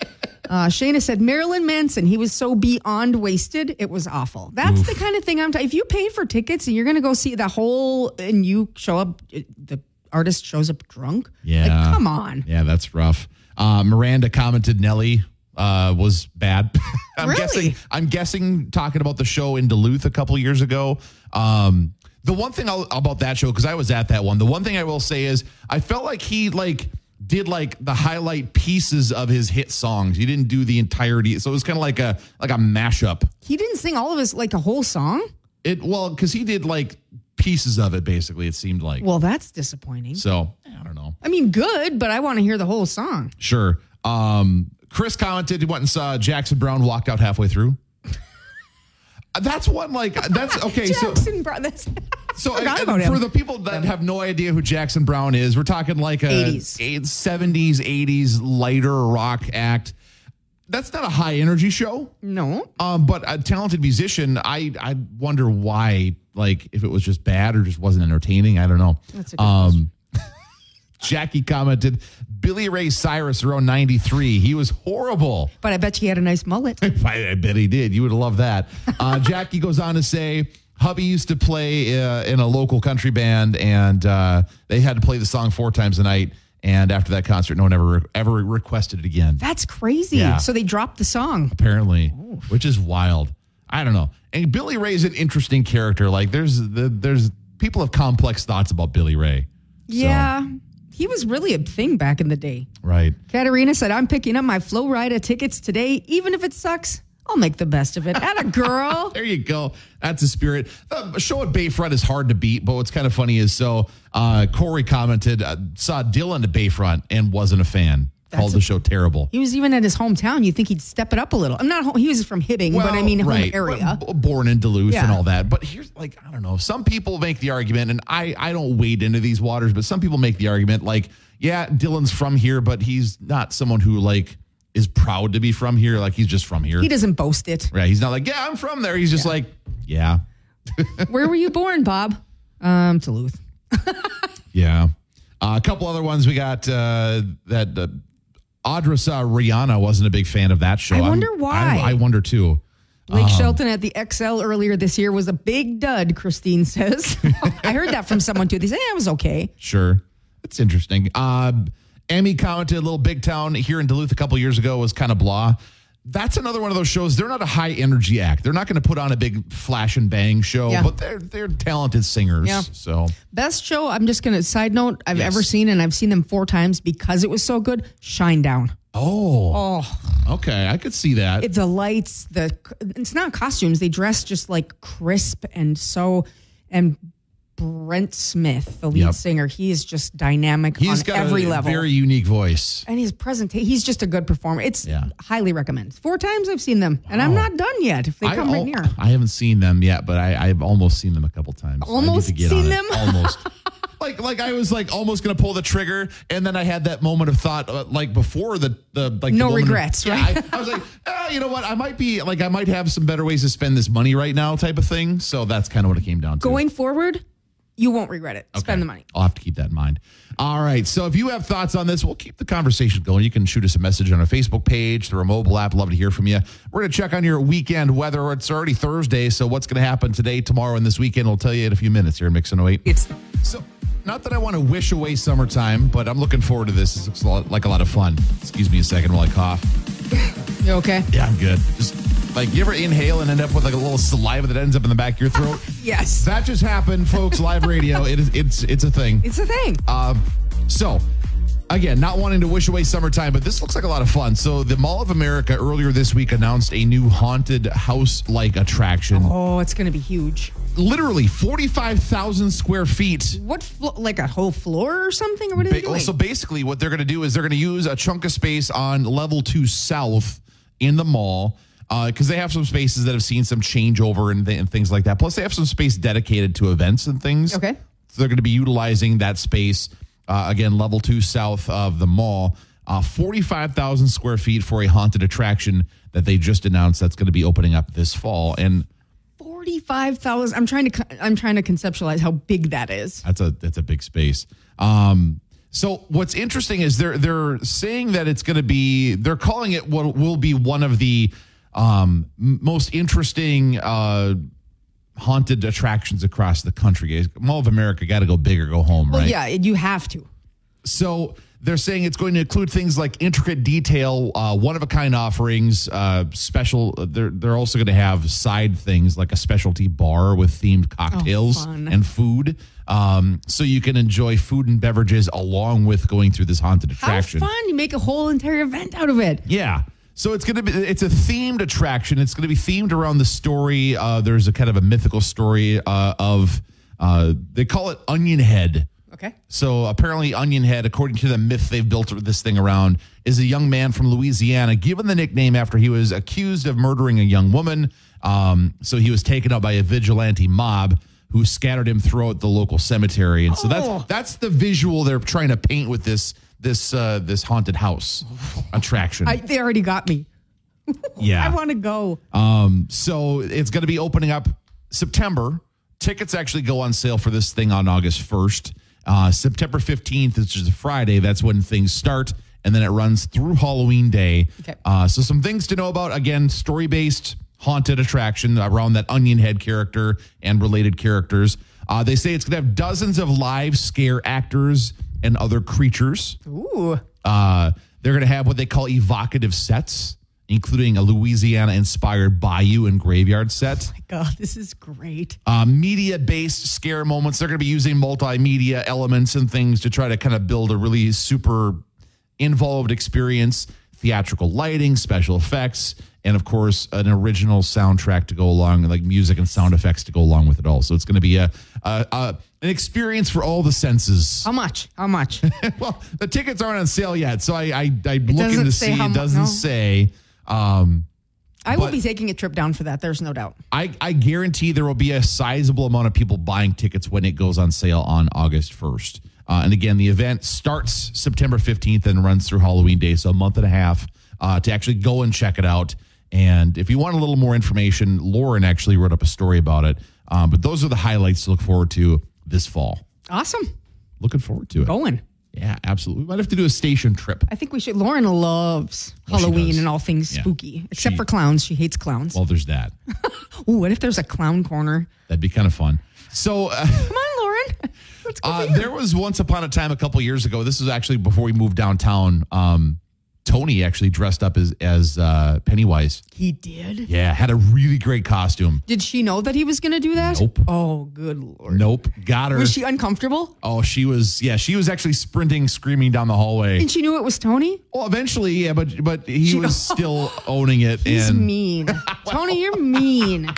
Uh, Shayna said Marilyn Manson. He was so beyond wasted, it was awful. That's the kind of thing I'm. T- if you pay for tickets and you're going to go see the whole, and you show up, the artist shows up drunk. Yeah. like, come on. yeah, that's rough. Uh, Miranda commented Nelly uh, was bad. I'm Really? guessing. I'm guessing talking about the show in Duluth a couple years ago. Um, the one thing I'll, about that show because I was at that one. The one thing I will say is I felt like he like did like the highlight pieces of his hit songs. He didn't do the entirety, so it was kind of like a like a mashup. He didn't sing all of his like a whole song. It well because he did like pieces of it basically. It seemed like Well, that's disappointing. so. I don't know. I mean, good, but I want to hear the whole song. Sure. Um, Chris commented, he went and saw Jackson Brown walk out halfway through. that's one like that's okay. so Jackson Brown. That's, so forgot and about him. for the people that have no idea who Jackson Brown is, we're talking like a 80s. eight- 70s, 80s lighter rock act. That's not a high energy show. no, Um, but a talented musician, I I wonder why, like if it was just bad or just wasn't entertaining. I don't know. That's a good um, Jackie commented, Billy Ray Cyrus around 93. He was horrible. But I bet he had a nice mullet. I, I bet he did. You would love that. Uh, Jackie goes on to say, Hubby used to play uh, in a local country band, and uh, they had to play the song four times a night. And after that concert, no one ever ever requested it again. That's crazy. Yeah. So they dropped the song. apparently, which is wild. I don't know. And Billy Ray's an interesting character. Like there's the, there's people have complex thoughts about Billy Ray. So, Yeah. He was really a thing back in the day. right. Katerina said, I'm picking up my Flow Rider tickets today. Even if it sucks, I'll make the best of it. At a girl. There you go. That's the spirit. The show at Bayfront is hard to beat, but what's kind of funny is so uh, Corey commented, uh, saw Dylan at Bayfront and wasn't a fan. called the show terrible. he was even at his hometown. You think he'd step it up a little? I'm not. Home, he was from Hibbing, but I mean home right. area. B- Born in Duluth and Yeah. all that. But here's like, I don't know. Some people make the argument, and I, I don't wade into these waters, but some people make the argument like, yeah, Dylan's from here, but he's not someone who like is proud to be from here. Like he's just from here. He doesn't boast it. right. He's not like, yeah, I'm from there. He's just like, yeah, Where were you born, Bob? Um, Duluth. yeah. Uh, a couple other ones we got uh, that uh, Audra saw Rihanna wasn't a big fan of that show. I'm- wonder why. I, I wonder too. Um. Blake Shelton at the XL earlier this year was a big dud, Christine says. I heard that from someone too. They say yeah, it was okay. Sure. That's interesting. Uh, Emmy commented a little big town here in Duluth a couple years ago was kind of blah. That's another one of those shows. They're not a high energy act. They're not going to put on a big flash and bang show, Yeah. but they're they're talented singers. Yeah. So Best show, I'm just going to side note, I've Yes. ever seen, and I've seen them four times because it was so good. Shine Down. oh, Oh, okay, I could see that. it, the lights, the it's not costumes. They dress just like crisp and so. And Brent Smith, the lead Yep. singer, he is just dynamic He's on got every a level. very unique voice. and his presentation, he's just a good performer. It's Yeah. highly recommend. Four times I've seen them, and I'm not done yet. If they come I, right al- near. I haven't seen them yet, but I, I've almost seen them a couple times. I need to Almost get seen on it. them? Almost. like like I was like almost gonna pull the trigger, and then I had that moment of thought uh, like before the the like No the woman- regrets, Yeah, right? I, I was like, ah, you know what? I might be like I might have some better ways to spend this money right now, type of thing. So that's kind of what it came down to. Going forward, you won't regret it. Spend the money. I'll have to keep that in mind. All right. So if you have thoughts on this, we'll keep the conversation going. You can shoot us a message on our Facebook page, through our mobile app. Love to hear from you. We're going to check on your weekend weather. It's already Thursday. So what's going to happen today, tomorrow, and this weekend? We'll tell you in a few minutes here in Mix 08. It's So, not that I want to wish away summertime, but I'm looking forward to this. This looks a lot, like a lot of fun. Excuse me a second while I cough. You okay? Yeah, I'm good. Just like you ever inhale and end up with like a little saliva that ends up in the back of your throat? Yes. That just happened, folks. Live radio. It is. It's. It's a thing. It's a thing. Uh, so, again, not wanting to wish away summertime, but this looks like a lot of fun. So, the Mall of America earlier this week announced a new haunted house like attraction. oh, it's going to be huge. Literally 45,000 square feet. What, flo- like a whole floor or something? Or what are they Ba- doing? so, basically, what they're going to do is they're going to use a chunk of space on level two south in the mall. Because they have some spaces that have seen some changeover and, th- and things like that. Plus, they have some space dedicated to events and things. Okay. So they're going to be utilizing that space uh, again, level two south of the mall, uh, forty-five thousand square feet for a haunted attraction that they just announced that's going to be opening up this fall, and Forty-five thousand. I'm trying to. co- I'm trying to conceptualize how big that is. that's a that's a big space. Um, so what's interesting is they're they're saying that it's going to be they're calling it what will be one of the um, m- most interesting. Uh, Haunted attractions across the country. Mall of America got to go big or go home, Well, right? yeah, you have to. So they're saying it's going to include things like intricate detail, uh, one of a kind offerings, uh, special. They're they're also going to have side things like a specialty bar with themed cocktails Oh, fun. and food, um, so you can enjoy food and beverages along with going through this haunted How attraction. fun! You make a whole entire event out of it. Yeah. So it's gonna be it's a themed attraction. It's gonna be themed around the story. Uh, there's a kind of a mythical story uh, of uh, they call it Onion Head. Okay. So apparently, Onion Head, according to the myth they've built this thing around, is a young man from Louisiana, given the nickname after he was accused of murdering a young woman. Um, so he was taken out by a vigilante mob who scattered him throughout the local cemetery, and so that's that's the visual they're trying to paint with this this uh, this haunted house attraction. I, they already got me. yeah, I want to go. Oh um, so it's going to be opening up September. Tickets actually go on sale for this thing on August 1st. Uh, September 15th, which is a Friday, that's when things start. And then it runs through Halloween Day. Okay. Uh, so, some things to know about again, story based haunted attraction around that onion head character and related characters. Uh, they say it's going to have dozens of live scare actors and other creatures. Ooh. Uh, they're going to have what they call evocative sets, including a Louisiana inspired bayou and graveyard set. God, this is great. Uh, media based scare moments. They're going to be using multimedia elements and things to try to kind of build a really super involved experience, theatrical lighting, special effects, and of course, an original soundtrack to go along, like music and sound effects to go along with it all. So it's going to be a, a, a an experience for all the senses. How much? How much? well, the tickets aren't on sale yet, so I I, I looking doesn't to say see. how It mu- doesn't no. say. Um, I will But- be taking a trip down for that. There's no doubt. I I guarantee there will be a sizable amount of people buying tickets when it goes on sale on August first. Uh, and again, the event starts September fifteenth and runs through Halloween Day, so a month and a half uh, to actually go and check it out. And if you want a little more information, Lauren actually wrote up a story about it. Um, but those are the highlights to look forward to this fall. Awesome. Looking forward to it. Going. Yeah, absolutely. We might have to do a station trip. I think we should. Lauren loves she Halloween does. and all things Yeah. spooky, except She- for clowns. She hates clowns. Well, there's that. Ooh, what if there's a clown corner? That'd be kind of fun. So. Uh, Come on, Lauren. Let's go. Uh, there was once upon a time a couple years ago. This was actually before we moved downtown. Um, Tony actually dressed up as as uh, Pennywise. he did. Yeah, had a really great costume. Did she know that he was going to do that? Nope. Oh, good lord. Nope, got her. Was she uncomfortable? oh, she was. Yeah, she was actually sprinting, screaming down the hallway. And she knew it was Tony? Well, eventually, yeah, but but he was still owning it. He's and mean. Tony, you're mean.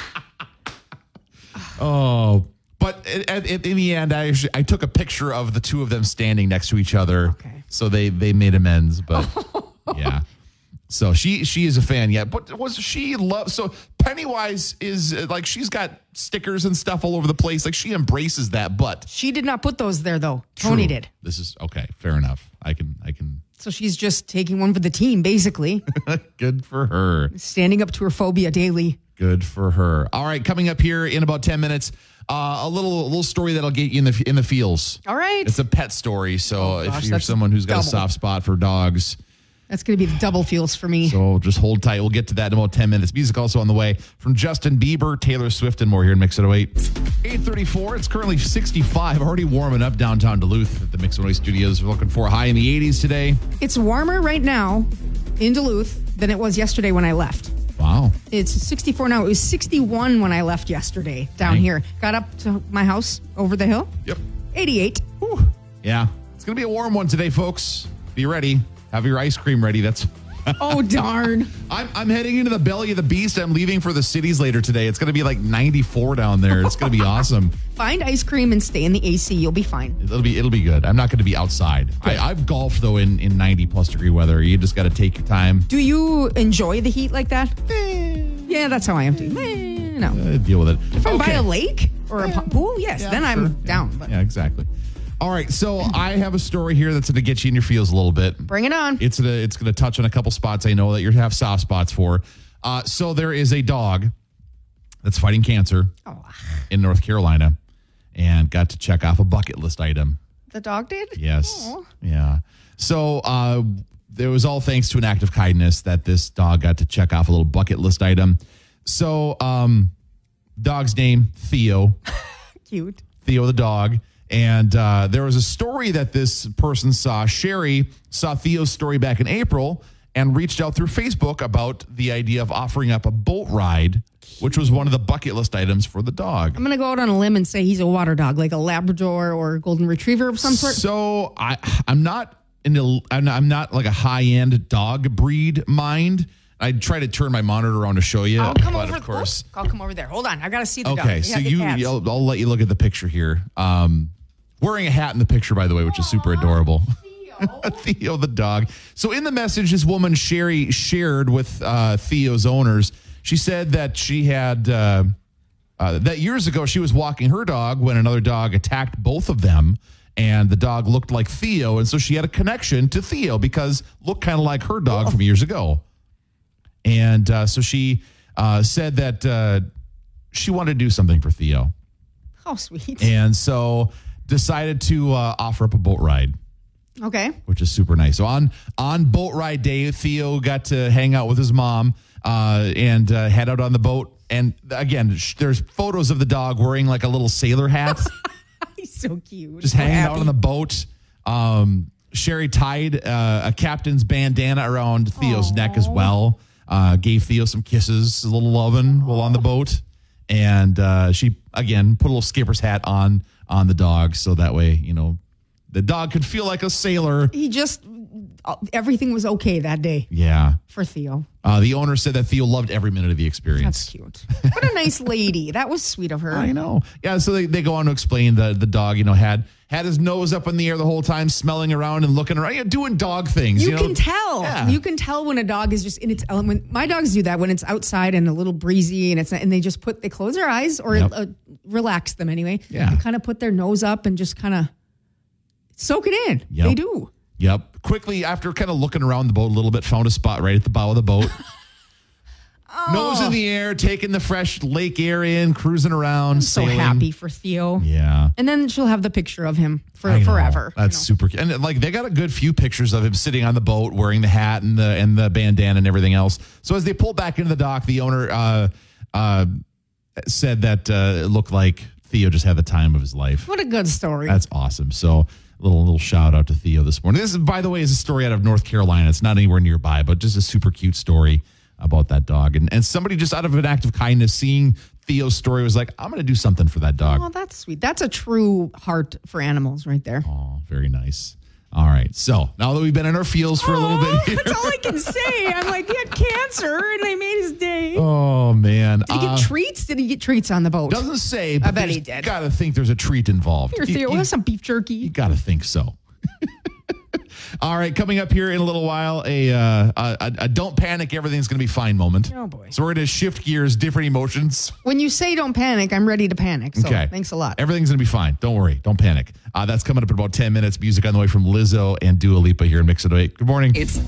oh, but it, it, it- in the end, I actually, I took a picture of the two of them standing next to each other. Okay. So they they made amends, but yeah. So she she is a fan, yeah. But was she love? So Pennywise is uh, like she's got stickers and stuff all over the place. Like she embraces that, but She did not put those there, though. Tony True. did. This is okay. Fair enough. I can I can. So she's just taking one for the team, basically. Good for her. Standing up to her phobia daily. Good for her. All right, coming up here in about ten minutes, uh, a little a little story that'll get you in the in the feels. All right. It's a pet story, so Oh, gosh, if you're that's someone who's got a double. soft spot for dogs, That's going to be the double feels for me. so just hold tight. We'll get to that in about ten minutes. Music also on the way from Justin Bieber, Taylor Swift, and more here in Mix 808. 834. It's currently 65. Already warming up downtown Duluth at the Mix 808 studios. We're looking for a high in the 80s today. It's warmer right now in Duluth than it was yesterday when I left. Wow. It's 64 now. It was 61 when I left yesterday down Dang. here. Got up to my house over the hill. Yep. 88. Whew. Yeah. It's gonna be a warm one today, folks. Be ready. Have your ice cream ready. That's Oh, darn. I'm, I'm heading into the belly of the beast. I'm leaving for the cities later today. It's going to be like 94 down there. It's going to be awesome. Find ice cream and stay in the AC. You'll be fine. It'll be it'll be good. I'm not going to be outside. I, I've golfed though in, in 90 plus degree weather. You just got to take your time. Do you enjoy the heat like that? Yeah, Yeah, that's how I am too. Eh, No. deal with it. If I'm by Okay. a lake or a Yeah. pu- pool, yes, Yeah, then sure. I'm Yeah. down. But Yeah, exactly. All right, so I have a story here that's going to get you in your feels a little bit. bring it on. It's gonna, it's going to touch on a couple spots I know that you have soft spots for. Uh, so there is a dog that's fighting cancer. oh, in North Carolina and got to check off a bucket list item. the dog did? Yes. Aw. Yeah. So uh, there was all thanks to an act of kindness that this dog got to check off a little bucket list item. So, um, dog's name, Theo. Cute. Theo the dog. And uh, there was a story that this person saw. Sherry saw Theo's story back in April and reached out through Facebook about the idea of offering up a boat ride, which was one of the bucket list items for the dog. I'm going to go out on a limb and say he's a water dog, like a Labrador or a Golden Retriever of some sort. So I I'm not in the I'm not, I'm not like a high end dog breed mind. I'd try to turn my monitor around to show you, I'll come but over. of course. I'll come over there. Hold on, I gotta see the dog. Okay, We so got the you cats. I'll, I'll let you look at the picture here. Um, wearing a hat in the picture, by the way, which is super adorable. Theo the dog. So in the message, this woman Sherry shared with uh, Theo's owners, she said that she had uh, uh, that years ago she was walking her dog when another dog attacked both of them, and the dog looked like Theo, and so she had a connection to Theo because looked kind of like her dog from years ago, and uh, so she uh, said that uh, she wanted to do something for Theo. How sweet. And so decided to uh, offer up a boat ride, Okay. which is super nice. So on on boat ride day, Theo got to hang out with his mom uh, and uh, head out on the boat. And again, sh- there's photos of the dog wearing like a little sailor hat, He's so cute. just So hanging out happy. on the boat. Um, Sherry tied uh, a captain's bandana around Theo's neck as well. Uh, gave Theo some kisses, a little loving while on the boat, and uh, she again put a little skipper's hat on on the dog, so that way you know the dog could feel like a sailor. He just, uh, everything was okay that day Yeah. for Theo. Uh, the owner said that Theo loved every minute of the That's experience. cute. What a nice lady. That was sweet of her. I know. Yeah, so they, they go on to explain that the dog, you know, had had his nose up in the air the whole time, smelling around and looking around, you know, doing dog things. You, know? can tell. Yeah. You can tell when a dog is just in its element. My dogs do that when it's outside and a little breezy, and it's not, and they just put they close their eyes or Yep. uh, relax them anyway. Yeah. kind of put their nose up and just kind of soak it in. Yep. They do. Yep. Quickly after kind of looking around the boat a little bit, found a spot right at the bow of the boat. Nose in Oh. the air, taking the fresh lake air in, cruising around, So sailing. happy for Theo. Yeah. And then she'll have the picture of him I for know. forever. That's super cute. And like they got a good few pictures of him sitting on the boat wearing the hat and the and the bandana and everything else. So as they pulled back into the dock, the owner uh, uh, said that uh, it looked like Theo just had the time of his life. What a good story. That's awesome. So a little little shout out to Theo this morning. This is by the way is a story out of North Carolina. It's not anywhere nearby, but just a super cute story about that dog. And and somebody just out of an act of kindness seeing Theo's story was like, I'm going to do something for that dog. oh, that's sweet. That's a true heart for animals right there. Oh, very nice. All right. So now that we've been in our fields for a little bit Oh, here. That's all I can say. I'm like, he had cancer and they made his day. Oh, man. Did he Uh, get treats? Did he get treats on the boat? doesn't say, but bet he did. Got to think there's a treat involved. Here, You- Theo, you- have some beef jerky. You got to think so. All right, coming up here in a little while, a uh, a, a- a don't panic, everything's going to be fine moment. Oh, boy. So we're going to shift gears, different emotions. When you say don't panic, I'm ready to panic. So Okay. thanks a lot. Everything's going to be fine. Don't worry. Don't panic. Uh, that's coming up in about 10 minutes. Music on the way from Lizzo and Dua Lipa here in Mix It 08. Good morning. It's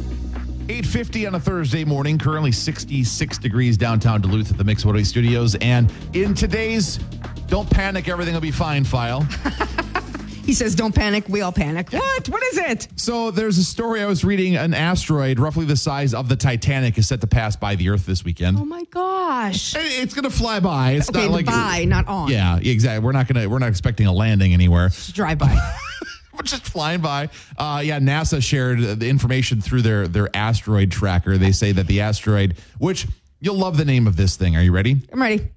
8.50 on a Thursday morning, currently 66 degrees downtown Duluth at the Mix Woodway Studios. And in today's Don't Panic, Everything Will Be Fine file. He says don't panic. We all panic. What? What is it? so there's a story I was reading. An asteroid roughly the size of the Titanic is set to pass by the Earth this weekend. Oh my gosh. It- It's going to fly by. It's Okay, not like... by, not on. Yeah, exactly. We're not gonna. We're not expecting a landing anywhere. Just drive by. We're just flying by. Uh, yeah, NASA shared uh, the information through their their asteroid tracker. They say that the asteroid, which you'll love the name of this thing. Are you ready? I'm ready.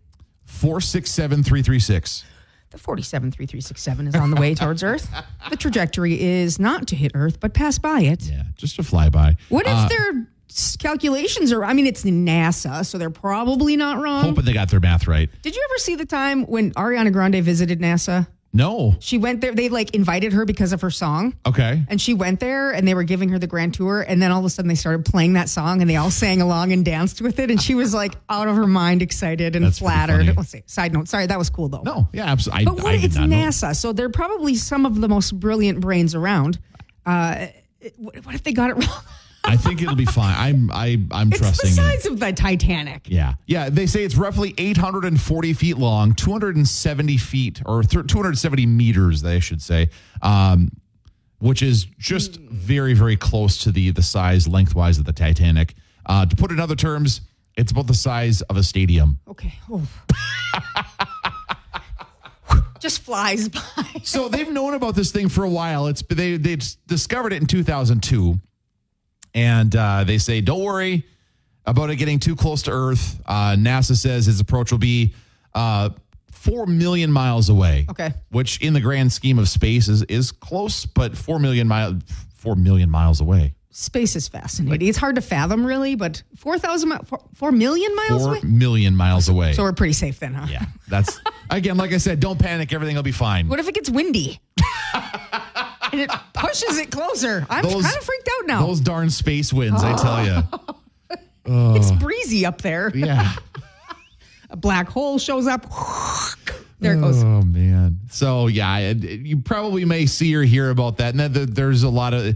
Four six seven three three six. The 473367 is on the way towards Earth. The trajectory is not to hit Earth, but pass by it. Yeah, just a flyby. What if Uh, their s- calculations are? I mean, it's NASA, so they're probably not wrong. hoping they got their math right? Did you ever see the time when Ariana Grande visited NASA? No. She went there. They like invited her because of her song. Okay. And she went there and they were giving her the grand tour. And then all of a sudden they started playing that song and they all sang along and danced with it. And she was like out of her mind, excited and That's pretty funny. flattered. Let's see. Side note. Sorry, that was cool though. No. Yeah. Absolutely. But what, I did it's not know. NASA. So they're probably some of the most brilliant brains around. Uh, what, what if they got it wrong? I think it'll be fine. I'm. I. I'm It's trusting. the it. size of the Titanic. Yeah. Yeah. They say it's roughly 840 feet long, 270 feet or th- 270 meters, I should say, um, which is just very, very close to the, the size lengthwise of the Titanic. Uh, to put it in other terms, it's about the size of a stadium. Okay. Oh. Just flies by. So they've known about this thing for a while. It's they they discovered it in 2002, and uh, they say don't worry about it getting too close to Earth. Uh, NASA says its approach will be uh, four million miles away. Okay. which in the grand scheme of space is is close, but four million miles four million miles away. Space is fascinating. it's hard to fathom, really, but 4,000 mi- four- 4 million miles Four away? million miles away. So we're pretty safe then, huh? yeah, that's again, like I said, don't panic. Everything will be fine. What if it gets windy? and it pushes it closer. I'm Those- kind of freaked out now. Those darn space winds, I tell you. it's breezy up there. Yeah. A black hole shows up. there it goes. Oh man. So yeah, I- I- you probably may see or hear about that. And then there- there's a lot of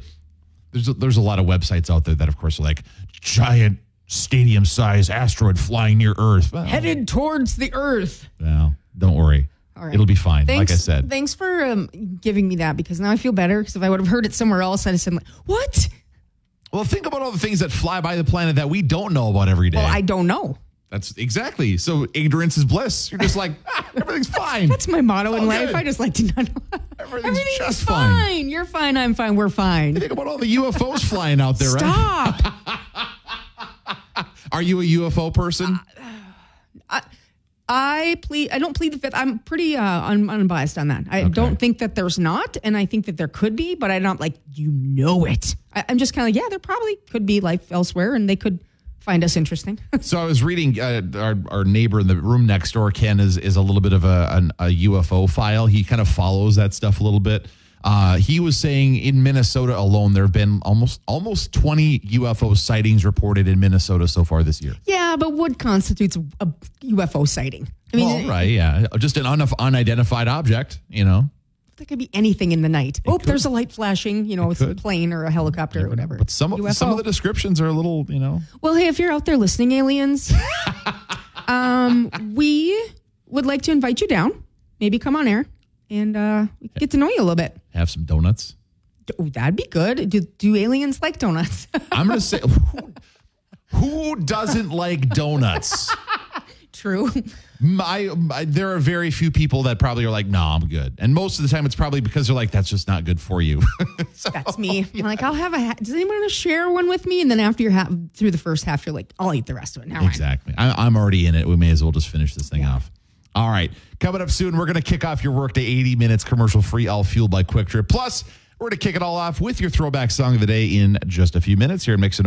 there's a, there's a lot of websites out there that, of course, are like giant stadium size asteroid flying near Earth. Well, Headed towards the earth. well, don't worry. All right. It'll be fine. Thanks, like I said, Thanks for um, giving me that because now I feel better. Because if I would have heard it somewhere else, I'd have said, like, "What? Well, think about all the things that fly by the planet that we don't know about every day. Well, I don't know." That's exactly. So ignorance is bliss. You're just like, ah, everything's fine. That's my motto in all life. good. I just like to not know. Everything's Everything's just fine. fine. You're fine. I'm fine. We're fine. Think about all the UFOs flying out there, right? Stop. Are you a UFO person? I plead. I don't plead the fifth. I'm pretty uh, un- unbiased on that. I don't think that there's not, and I think that there could be, but I'm not like you know it. I- I'm just kind of like, yeah, there probably could be life elsewhere, and they could find us interesting. So I was reading uh, our, our neighbor in the room next door, Ken, is, is a little bit of a, an, a UFO file. He kind of follows that stuff a little bit. Uh, he was saying in Minnesota alone, there have been almost almost 20 UFO sightings reported in Minnesota so far this year. yeah, but what constitutes a, a UFO sighting? I mean, well, right, yeah. Just an un- unidentified object, you know. there could be anything in the night. oh, there's a light flashing. You know, it's a could. plane or a helicopter or whatever. But some, UFO. some of the descriptions are a little, you know. Well, hey, if you're out there listening, aliens, um, we would like to invite you down. Maybe come on air and uh, we can get to know you a little bit. Have some donuts. D- oh, that'd be good. Do, do aliens like donuts? I'm gonna say, who, who doesn't like donuts? True. My, my- there are very few people that probably are like, no, I'm good. And most of the time, it's probably because they're like, that's just not good for you. That's me. I'm like, I'll have a ha Does anyone want to share one with me? And then after you're ha- through the first half, you're like, I'll eat the rest of it. Now exactly. I, I'm already in it. We may as well just finish this thing off. All right, coming up soon, we're gonna kick off your workday 80 minutes commercial free, all fueled by Quick Trip. Plus, we're gonna kick it all off with your throwback song of the day in just a few minutes here in Mixing.